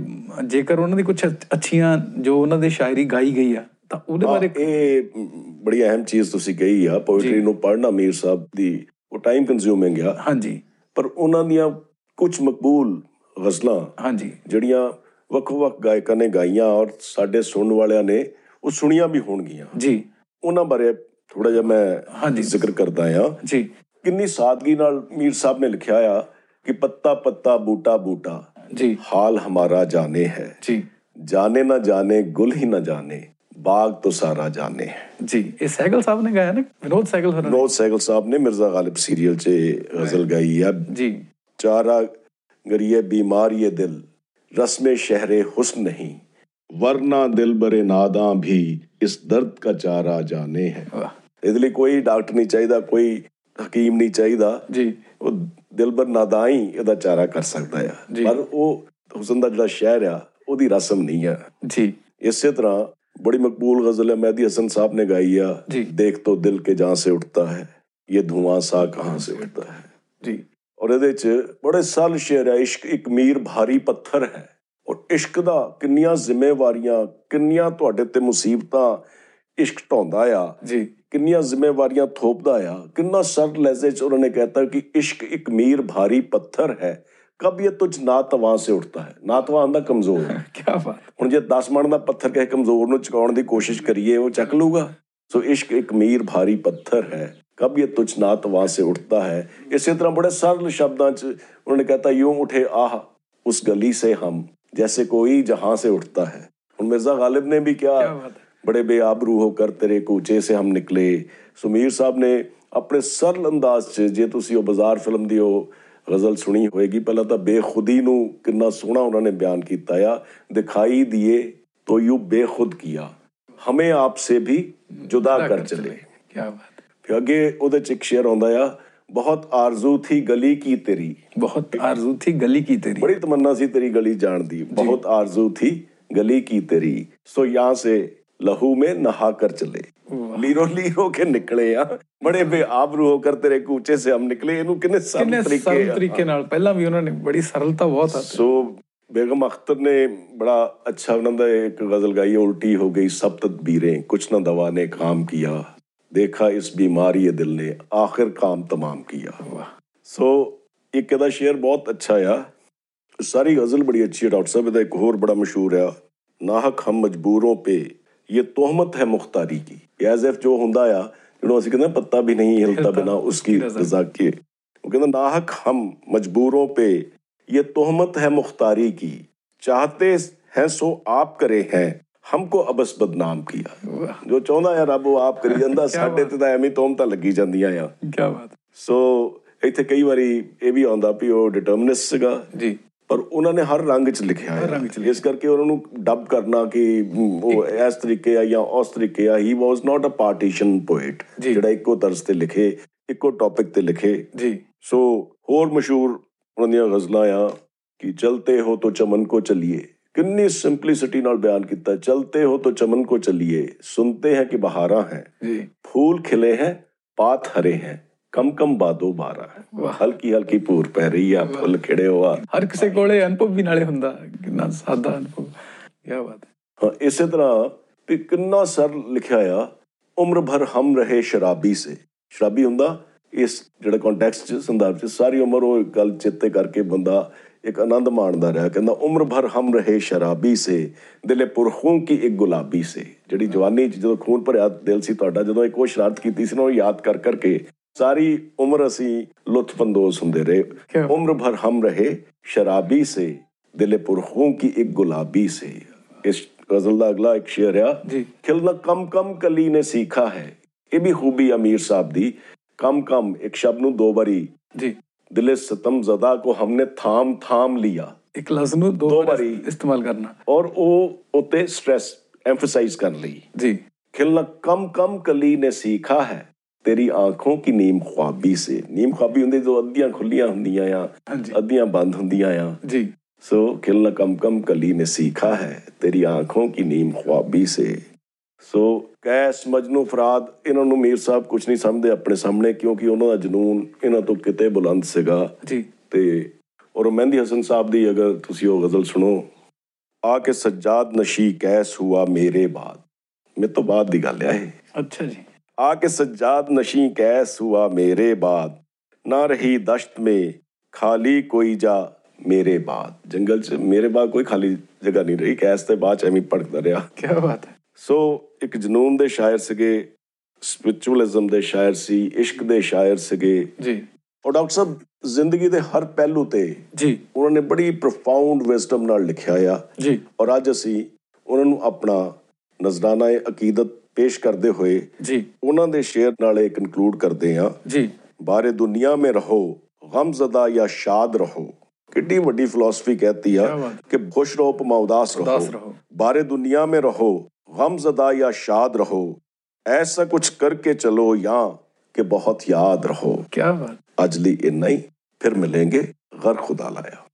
Speaker 1: ਜੇਕਰ ਉਹਨਾਂ ਦੀ ਕੁਝ ਅੱਛੀਆਂ ਜੋ ਉਹਨਾਂ ਦੀ ਸ਼ਾਇਰੀ ਗਾਈ ਗਈ ਆ ਤਾਂ ਉਹਦੇ ਬਾਰੇ
Speaker 2: ਇਹ ਮ, ਬੜੀ ਅਹਿਮ ਚੀਜ਼ ਤੁਸੀਂ ਕਹੀ ਆ
Speaker 1: ਜੀ।
Speaker 2: ਪੋਇਟਰੀ ਨੂੰ ਪੜ੍ਹਨਾ ਮੀਰ ਸਾਹਿਬ ਦੀ ਉਹ ਟਾਈਮ ਕੰਜ਼ਿਊਮਿੰਗ ਆ
Speaker 1: ਹਾਂਜੀ
Speaker 2: ਪਰ ਉਹਨਾਂ ਦੀਆਂ ਕੁਝ ਮਕਬੂਲ ਗ਼ਜ਼ਲਾਂ
Speaker 1: ਹਾਂਜੀ
Speaker 2: ਜਿਹੜੀਆਂ ਵੱਖ-ਵੱਖ ਗਾਇਕਾਂ ਨੇ ਗਾਈਆਂ ਔਰ ਸਾਡੇ ਸੁਣਨ ਵਾਲਿਆਂ ਨੇ ਉਹ ਸੁਣੀਆਂ ਵੀ ਹੋਣਗੀਆਂ
Speaker 1: ਜੀ
Speaker 2: ਉਹਨਾਂ ਬਾਰੇ ਥੋੜਾ ਜਿਹਾ ਮੈਂ
Speaker 1: ਹਾਂਜੀ
Speaker 2: ਜ਼ਿਕਰ ਕਰਦਾ ਆ
Speaker 1: ਜੀ
Speaker 2: ਕਿੰਨੀ ਸਾਦਗੀ ਨਾਲ ਮੀਰ ਸਾਹਿਬ ਨੇ ਲਿਖਿਆ ਆ ਕਿ ਪੱਤਾ ਪੱਤਾ ਬੂਟਾ ਬੂਟਾ
Speaker 1: ਜੀ
Speaker 2: ਹਾਲ ਹਮਾਰਾ ਜਾਣੇ ਹੈ
Speaker 1: ਜੀ
Speaker 2: ਜਾਣੇ ਨਾ ਜਾਣੇ ਗੁਲ ਹੀ ਨਾ ਜਾਣੇ ਬਾਗ ਤੋਂ ਸਾਰਾ ਜਾਣੇ ਹੈ
Speaker 1: ਜੀ ਇਹ ਸਹਿਗਲ ਸਾਹਿਬ ਨੇ ਗਾਇਆ ਨਾ ਵਿਨੋਦ ਸਹਿਗਲ ਹੋਰਾਂ ਨੇ
Speaker 2: ਨੋਦ ਸੈਗਲ ਸਾਹਿਬ ਨੇ ਮਿਰਜ਼ਾ ਗਾਲਿਬ ਸੀਰੀਅਲ 'ਚ ਇਹ ਗ਼ਜ਼ਲ ਗਾਈ ਆ
Speaker 1: ਜੀ
Speaker 2: ਚਾਰਾ ਗਰੀਏ ਬੀਮਾਰ ਇਹ ਦਿਲ ਰਸਮੇ ਸ਼ਹਿਰੇ ਹੁਸਨ ਨਹੀਂ ਵਰਨਾ ਦਿਲ ਬਰੇ ਨਾਦਾਂ ਵੀ ਇਸ ਦਰਦ ਕਾ ਚਾਰਾ ਜਾਣੇ ਹੈ
Speaker 1: ਵਾਹ
Speaker 2: ਇਹਦੇ ਲਈ ਕੋਈ ਡਾਕਟਰ ਨਹੀਂ ਚਾਹੀਦਾ ਕੋਈ ਹਕੀਮ ਨਹੀਂ ਚਾਹੀਦਾ
Speaker 1: ਜੀ
Speaker 2: ਉਹ ਦਿਲਬਰ ਨਾਦਾਈ ਇਹਦਾ ਚਾਰਾ ਕਰ ਸਕਦਾ ਆ
Speaker 1: ਜੀ।
Speaker 2: ਪਰ ਉਹ ਹੁਸਨ ਦਾ ਜਿਹੜਾ ਸ਼ਹਿਰ ਆ ਉਹਦੀ ਰਸਮ ਨਹੀਂ ਆ
Speaker 1: ਜੀ
Speaker 2: ਇਸੇ ਤਰ੍ਹਾਂ ਬੜੀ ਮਕਬੂਲ ਗ਼ਜ਼ਲ ਹੈ ਮਹਿਦੀ ਹਸਨ ਸਾਹਿਬ ਨੇ ਗਾਈ ਆ
Speaker 1: ਜੀ।
Speaker 2: ਦੇਖ ਤੋ ਦਿਲ ਕੇ ਜਾਂ ਸੇ ਉੱਠਦਾ ਹੈ ਇਹ ਧੂਆਂ ਸਾ ਕਹਾਂ ਸੇ ਉੱਠਦਾ ਹੈ
Speaker 1: ਜੀ
Speaker 2: ਔਰ ਇਹਦੇ ਚ ਬੜੇ ਸਰਲ ਸ਼ੇਰ ਹੈ ਇਸ਼ਕ ਇੱਕ ਮੀਰ ਭਾਰੀ ਪੱਥਰ ਹੈ ਔਰ ਇਸ਼ਕ ਦਾ ਕਿੰਨੀਆਂ ਜ਼ਿੰਮੇਵਾਰੀਆਂ ਕਿੰਨੀਆਂ ਤੁਹਾਡੇ ਤੇ ਮੁਸੀਬਤਾਂ ਇਸ਼ਕ ਢਾਉਂਦਾ ਆ
Speaker 1: ਜੀ
Speaker 2: ਕਿੰਨੀਆਂ ਜ਼ਿੰਮੇਵਾਰੀਆਂ ਥੋਪਦਾ ਆ ਕਿੰਨਾ ਸਰਦ ਲਹਿਜ਼ੇ ਚ ਉਹਨਾਂ ਨੇ ਕਹਿਤਾ ਕਿ ਇਸ਼ਕ ਇੱਕ ਮੀਰ ਭਾਰੀ ਪੱਥਰ ਹੈ ਕਬ ਇਹ ਤੁਝ ਨਾਤਵਾਂ ਸੇ ਉੱਠਦਾ ਹੈ ਨਾਤਵਾਂ ਦਾ ਕਮਜ਼ੋਰ ਹੈ।
Speaker 1: ਕੀ ਬਾਤ
Speaker 2: ਹੁਣ ਜੇ 10 ਮਣ ਦਾ ਪੱਥਰ ਕਿਸੇ ਕਮਜ਼ੋਰ ਨੂੰ ਚੁਕਾਉਣ ਦੀ ਕੋਸ਼ਿਸ਼ ਕਰੀਏ ਉਹ ਚੱਕ ਲੂਗਾ ਸੋ ਇਸ਼ਕ ਇੱਕ ਮੀਰ ਭਾਰੀ ਪੱਥਰ ਹੈ ਕਬ ਇਹ ਤੁਝ ਨਾਤਵਾਂ ਸੇ ਉੱਠਦਾ ਹੈ ਇਸੇ ਤਰ੍ਹਾਂ ਬੜੇ ਸਰਲ ਸ਼ਬਦਾਂ ਚ ਉਹਨਾਂ ਨੇ ਕਹਿਤਾ ਯੂੰ ਉਠੇ ਆਹ ਉਸ ਗਲੀ ਸੇ ਹਮ ਜੈਸੇ ਕੋਈ ਜਹਾਂ ਸੇ ਉੱਠਦਾ ਹੈ ਹੁਣ ਮਿਰਜ਼ਾ ਗਾਲਿਬ ਨੇ ਵੀ ਕਿਹਾ
Speaker 1: ਕੀ ਬਾਤ ਹੈ।
Speaker 2: बड़े बेआबरू होकर तेरे कूचे से हम निकले सुमीर साहब ने ਆਪਣੇ ਸਰਲ ਅੰਦਾਜ਼ 'ਚ ਜੇ ਤੁਸੀਂ ਉਹ ਬਾਜ਼ਾਰ ਫਿਲਮ ਦੀ ਉਹ ਗ਼ਜ਼ਲ ਸੁਣੀ ਹੋਏਗੀ ਪਹਿਲਾਂ ਤਾਂ ਬੇਖੁਦੀ ਨੂੰ ਕਿੰਨਾ ਸੋਹਣਾ ਉਹਨਾਂ ਨੇ ਬਿਆਨ ਕੀਤਾ ਆ ਦਿਖਾਈ ਦਿਏ ਤੋ ਯੂ ਬੇਖੁਦ ਕੀਆ ਹਮੇ ਆਪਸੇ ਵੀ ਜੁਦਾ ਕਰ ਚਲੇ
Speaker 1: ਕੀ ਬਾਤ ਹੈ।
Speaker 2: ਫਿਰ ਅੱਗੇ ਉਹਦੇ 'ਚ ਇੱਕ ਸ਼ੇਰ ਆਉਂਦਾ ਆ ਬਹੁਤ ਆਰਜ਼ੂ ਥੀ ਗਲੀ ਕੀ ਤੇਰੀ
Speaker 1: ਬਹੁਤ ਆਰਜ਼ੂ ਥੀ ਗਲੀ ਕੀ ਤੇਰੀ
Speaker 2: ਬੜੀ ਤਮੰਨਾ ਸੀ ਤੇਰੀ ਗਲੀ ਜਾਣ ਦੀ ਬਹੁਤ ਆਰਜ਼ੂ ਥੀ ਗਲੀ ਕੀ ਤੇਰੀ ਸੋ ਯਹਾਂ ਸੇ ਲਹੂ ਮੇ ਨਹਾ ਕਰ ਚਲੇ
Speaker 1: ਵਾਹ।
Speaker 2: ਲੀਰੋ ਲੀਰੋ ਕੇ ਨਿਕਲੇ ਆ ਬੜੇ ਬੇਆਬਰੂ ਹੋ ਕਰ ਤੇਰੇ ਕੂਚੇ ਸੇ ਹਮ ਨਿਕਲੇ ਇਹਨੂੰ ਕਿੰਨੇ
Speaker 1: ਕਿੰਨੇ
Speaker 2: ਸਰਲ
Speaker 1: ਸਰਲ
Speaker 2: ਤਰੀਕੇ ਆ।
Speaker 1: ਤਰੀਕੇ ਨਾਲ ਪਹਿਲਾਂ ਵੀ ਉਹਨਾਂ ਨੇ ਬੜੀ ਸਰਲਤਾ ਬਹੁਤ ਆ
Speaker 2: ਸੋ ਬੇਗਮ ਅਖਤਰ ਨੇ ਬੜਾ ਅੱਛਾ ਉਹਨਾਂ ਦਾ ਇੱਕ ਗ਼ਜ਼ਲ ਗਾਈ ਹੈ, ਉਲਟੀ ਹੋ ਗਈ ਸਭ ਤਦਬੀਰੇ ਕੁਛ ਨਾ ਦਵਾ ਨੇ ਕਾਮ ਕੀਆ ਦੇਖਾ ਇਸ ਬਿਮਾਰੀ ਇਹ ਦਿਲ ਨੇ ਆਖਿਰ ਕਾਮ ਤਮਾਮ ਕੀਆ
Speaker 1: ਵਾਹ
Speaker 2: ਸੋ ਇੱਕ ਇਹਦਾ ਸ਼ੇਰ ਬਹੁਤ ਅੱਛਾ ਆ ਸਾਰੀ ਗ਼ਜ਼ਲ ਬੜੀ ਅੱਛੀ ਹੈ ਡਾਕਟਰ ਸਾਹਿਬ ਇਹਦਾ ਇੱਕ ਹੋਰ ਬੜਾ ਮਸ਼ਹੂਰ ਆ ਨਾਹਕ ਹਮ ਮਜਬੂਰੋਂ ਪੇ ਇਹ ਤੋਹਮਤ ਹੈ ਮੁਖਤਾਰੀ ਕੀ ਐਜ਼ ਇਫ ਜੋ ਹੁੰਦਾ ਆ ਜਿਹਨੂੰ ਅਸੀਂ ਕਹਿੰਦੇ ਹਾਂ, ਪੱਤਾ ਵੀ ਨਹੀਂ ਹਿਲਤਾ
Speaker 1: ਹਿਲਤਾ,
Speaker 2: ਬਿਨਾ ਉਸकी
Speaker 1: उसकी रज़ा।
Speaker 2: रजा के वो कहता नाहक हम मजबूरों पे ये तोहमत है मुख्तारी की चाहते हैं सो आप करे हैं ਹਮਕੋ ਅਬਸ ਬਦਨਾਮ ਕੀਆ
Speaker 1: ਵਾਹ
Speaker 2: ਜੋ ਚਾਹੁੰਦਾ ਯਾਰ ਰੱਬ ਉਹ ਆਪ ਕਰੀ ਜਾਂਦਾ
Speaker 1: ਕਿਆ
Speaker 2: ਸਾਡੇ
Speaker 1: ਬਾਤ।
Speaker 2: ਤੇ ਤਾਂ ਐਵੇਂ ਤੋਂ ਤਾਂ ਲੱਗੀ ਜਾਂਦੀਆਂ ਆ
Speaker 1: ਕੀ ਬਾਤ
Speaker 2: ਸੋ ਇੱਥੇ ਕਈ ਵਾਰੀ ਇਹ ਵੀ ਆਉਂਦਾ ਵੀ ਉਹ ਡਿਟਰਮਿਨਿਸਟ ਸੀਗਾ
Speaker 1: ਜੀ
Speaker 2: ਪਰ ਉਹਨਾਂ ਨੇ ਹਰ ਰੰਗ 'ਚ ਲਿਖਿਆ
Speaker 1: ਹਰ ਰੰਗ 'ਚ
Speaker 2: ਹੈ ਇਸ ਕਰਕੇ ਉਹਨਾਂ ਨੂੰ ਡਬ ਕਰਨਾ ਕਿ ਹਮ, ਉਹ ਇਸ ਤਰੀਕੇ ਆ ਜਾਂ ਉਸ ਤਰੀਕੇ ਆ ਹੀ was not a partition poet
Speaker 1: ਜੀ।
Speaker 2: ਜਿਹੜਾ ਇੱਕੋ ਤਰਜ਼ ਤੇ ਲਿਖੇ ਇੱਕੋ ਟੌਪਿਕ ਤੇ ਲਿਖੇ
Speaker 1: ਜੀ
Speaker 2: ਸੋ ਹੋਰ ਮਸ਼ਹੂਰ ਉਹਨਾਂ ਦੀਆਂ ਗ਼ਜ਼ਲਾਂ ਆ ਕਿ ਚਲਤੇ ਹੋ ਤੋ ਚਮਨ ਕੋ ਚਲੀਏ ਕਿੰਨੀ ਸਿੰਪਲਿਸਿਟੀ ਨਾਲ ਬਿਆਨ ਕੀਤਾ ਚਲਤੇ ਹੋ ਤੋ ਚਮਨ ਕੋ ਚਲੀਏ ਸੁਣਤੇ ਹੈ ਕਿ ਬਹਾਰਾਂ ਹੈ
Speaker 1: ਜੀ
Speaker 2: फूल खिले हैं पात हरे हैं कम कम बादो बारा है
Speaker 1: वाह।
Speaker 2: हल्की हल्की पूर पै रही है फुल खिड़े हुआ
Speaker 1: ਹਰ ਕਿਸੇ ਕੋਲੇ ਅਨੁਭਵ ਵੀ ਨਾਲੇ ਹੁੰਦਾ ਕਿੰਨਾ ਸਾਦਾ ਅਨੁਭਵ ਕੀ ਬਾਤ ਹੈ
Speaker 2: हाँ इसी तरह भी किन्ना सर लिखा आ उम्र भर हम रहे शराबी से शराबी ਹੁੰਦਾ ਇਸ ਜਿਹੜਾ ਕੰਟੈਕਸਟ ਚ ਸੰਦਰਭ ਚ ਸਾਰੀ ਉਮਰ ਉਹ ਗੱਲ ਚੇਤੇ ਕਰਕੇ ਬੰਦਾ ਇੱਕ ਆਨੰਦ ਮਾਣਦਾ ਰਿਹਾ ਕਹਿੰਦਾ ਉਮਰ ਭਰ ਹਮ ਰਹੇ ਸ਼ਰਾਬੀ ਸੇ ਦਿਲੇ ਪੁਰਖੋਂ ਕੀ ਇੱਕ ਗੁਲਾਬੀ ਸੇ ਜਿਹੜੀ ਜਵਾਨੀ ਚ ਜਦੋਂ ਖੂਨ ਭਰਿਆ ਦਿਲ ਸੀ ਤੁਹਾਡਾ ਜਦੋਂ ਇੱਕ ਉਹ ਸ਼ਰਾਰਤ ਕੀਤੀ ਸੀ ਨਾ ਉਹ ਯਾਦ ਕਰ ਕਰਕੇ ਸਾਰੀ ਉਮਰ ਅਸੀਂ ਲੁਤਫੰਦੋਜ਼ ਹੁੰਦੇ ਰਹੇ
Speaker 1: ਕਿਆ ਬਾਤ।
Speaker 2: उम्र भर हम रहे शराबी से दिल पुरखों की एक गुलाबी से इस गजल का अगला एक शेर है
Speaker 1: जी।
Speaker 2: खिलना कम कम कली ने सीखा है ये भी खूबी अमीर साहब दी कम कम एक शब्द नु दो बारी
Speaker 1: ਜੀ
Speaker 2: दिल सितम जदा को हमने थाम थाम लिया
Speaker 1: ਇੱਕ ਲਫ਼ਜ਼ ਨੂੰ ਦੋ
Speaker 2: ਦੋ
Speaker 1: ਵਾਰ
Speaker 2: ਵਾਰੀ।
Speaker 1: ਇਸਤੇਮਾਲ ਕਰਨਾ
Speaker 2: और वो उते स्ट्रेस एम्फसाइज कर ली
Speaker 1: ਜੀ
Speaker 2: खिलना कम कम कली ने सीखा है तेरी आंखों की नीम ख्वाबी से नीम ख्वाबी होंगी जो अद्धियां खुलियां होंदियां या
Speaker 1: ਹਾਂਜੀ
Speaker 2: अद्धियां बंद होंदियां या
Speaker 1: ਜੀ
Speaker 2: सो खिलना कम कम कली ने सीखा है तेरी आंखों की नीम ख्वाबी से ਸੋ ਕੈਸ ਮਜਨੂ ਫਰਾਦ ਇਹਨਾਂ ਨੂੰ ਮੀਰ ਸਾਹਿਬ ਕੁਝ ਨਹੀਂ ਸਮਝਦੇ ਆਪਣੇ ਸਾਹਮਣੇ ਕਿਉਂਕਿ ਉਹਨਾਂ ਦਾ ਜਨੂਨ ਇਹਨਾਂ ਤੋਂ ਕਿਤੇ ਬੁਲੰਦ ਸੀਗਾ
Speaker 1: ਜੀ
Speaker 2: ਤੇ ਔਰ ਮਹਿੰਦੀ ਹਸਨ ਸਾਹਿਬ ਦੀ ਅਗਰ ਤੁਸੀਂ ਉਹ ਗਜ਼ਲ ਸੁਣੋ ਆ ਕੇ ਸੱਜਾਦ ਨਸ਼ੀ ਕੈਸ ਹੁਆ ਮੇਰੇ ਬਾਦ ਮੇਰੇ ਤੋਂ ਬਾਅਦ ਦੀ ਗੱਲ ਹੈ ਇਹ
Speaker 1: ਅੱਛਾ ਜੀ
Speaker 2: आ के सज्जाद नशी कैस हुआ मेरे बाद ना रही दश्त में खाली कोई जा मेरे बाद जंगल च मेरे बाद कोई खाली जगह नहीं रही कैस ਤੇ ਬਾਅਦ ਚ ਐਵੇਂ ਭੜਕਦਾ ਰਿਹਾ
Speaker 1: ਕੀ ਬਾਤ ਹੈ
Speaker 2: ਸੋ ਇੱਕ ਜਨੂਨ ਦੇ ਸ਼ਾਇਰ ਸੀਗੇ ਸਪਿਰਚੁਅਲਿਜ਼ਮ ਦੇ ਸ਼ਾਇਰ ਸੀ ਇਸ਼ਕ ਦੇ ਸ਼ਾਇਰ ਸੀਗੇ
Speaker 1: ਜੀ
Speaker 2: ਔਰ ਡਾਕਟਰ ਸਾਹਿਬ ਜ਼ਿੰਦਗੀ ਦੇ ਹਰ ਪਹਿਲੂ ਤੇ
Speaker 1: ਜੀ
Speaker 2: ਉਹਨਾਂ ਨੇ ਬੜੀ ਪ੍ਰੋਫਾਊਂਡ ਵਿਜ਼ਡਮ ਨਾਲ ਲਿਖਿਆ ਆ
Speaker 1: ਜੀ
Speaker 2: ਔਰ ਅੱਜ ਅਸੀਂ ਉਹਨਾਂ ਨੂੰ ਆਪਣਾ ਨਜ਼ਰਾਨਾ ਅਕੀਦਤ ਪੇਸ਼ ਕਰਦੇ ਹੋਏ
Speaker 1: ਜੀ
Speaker 2: ਉਹਨਾਂ ਦੇ ਸ਼ੇਅਰ ਨਾਲ ਇਹ ਕਨਕਲੂਡ ਕਰਦੇ ਹਾਂ
Speaker 1: ਜੀ
Speaker 2: ਬਾਰੇ ਦੁਨੀਆ ਮੇ ਰਹੋ ਗਮਜ਼ਦਾ ਜਾਂ ਸ਼ਾਦ ਰਹੋ ਕਿੱਡੀ ਵੱਡੀ ਫਿਲਾਸਫੀ ਕਹਤੀ ਆ
Speaker 1: ਕਿਆ ਬਾਤ।
Speaker 2: ਕਿ ਖੁਸ਼ ਰਹੋ ਭਾਵੇਂ ਉਦਾਸ
Speaker 1: ਉਦਾਸ
Speaker 2: ਰਹੋ
Speaker 1: ਰਹੋ।
Speaker 2: ਬਾਰੇ ਦੁਨੀਆ ਮੇ ਰਹੋ ਗਮਜ਼ਦਾ ਜਾਂ ਸ਼ਾਦ ਰਹੋ ਐਸਾ ਕੁਝ ਕਰਕੇ ਚਲੋ ਜਾਂ ਕਿ ਬਹੁਤ ਯਾਦ ਰਹੋ
Speaker 1: ਕੀ ਬਾਤ
Speaker 2: ਅੱਜ ਲਈ ਇੰਨਾ ਹੀ ਫਿਰ ਮਿਲਾਂਗੇ ਗਰ ਖੁਦਾ ਲਾਇਆ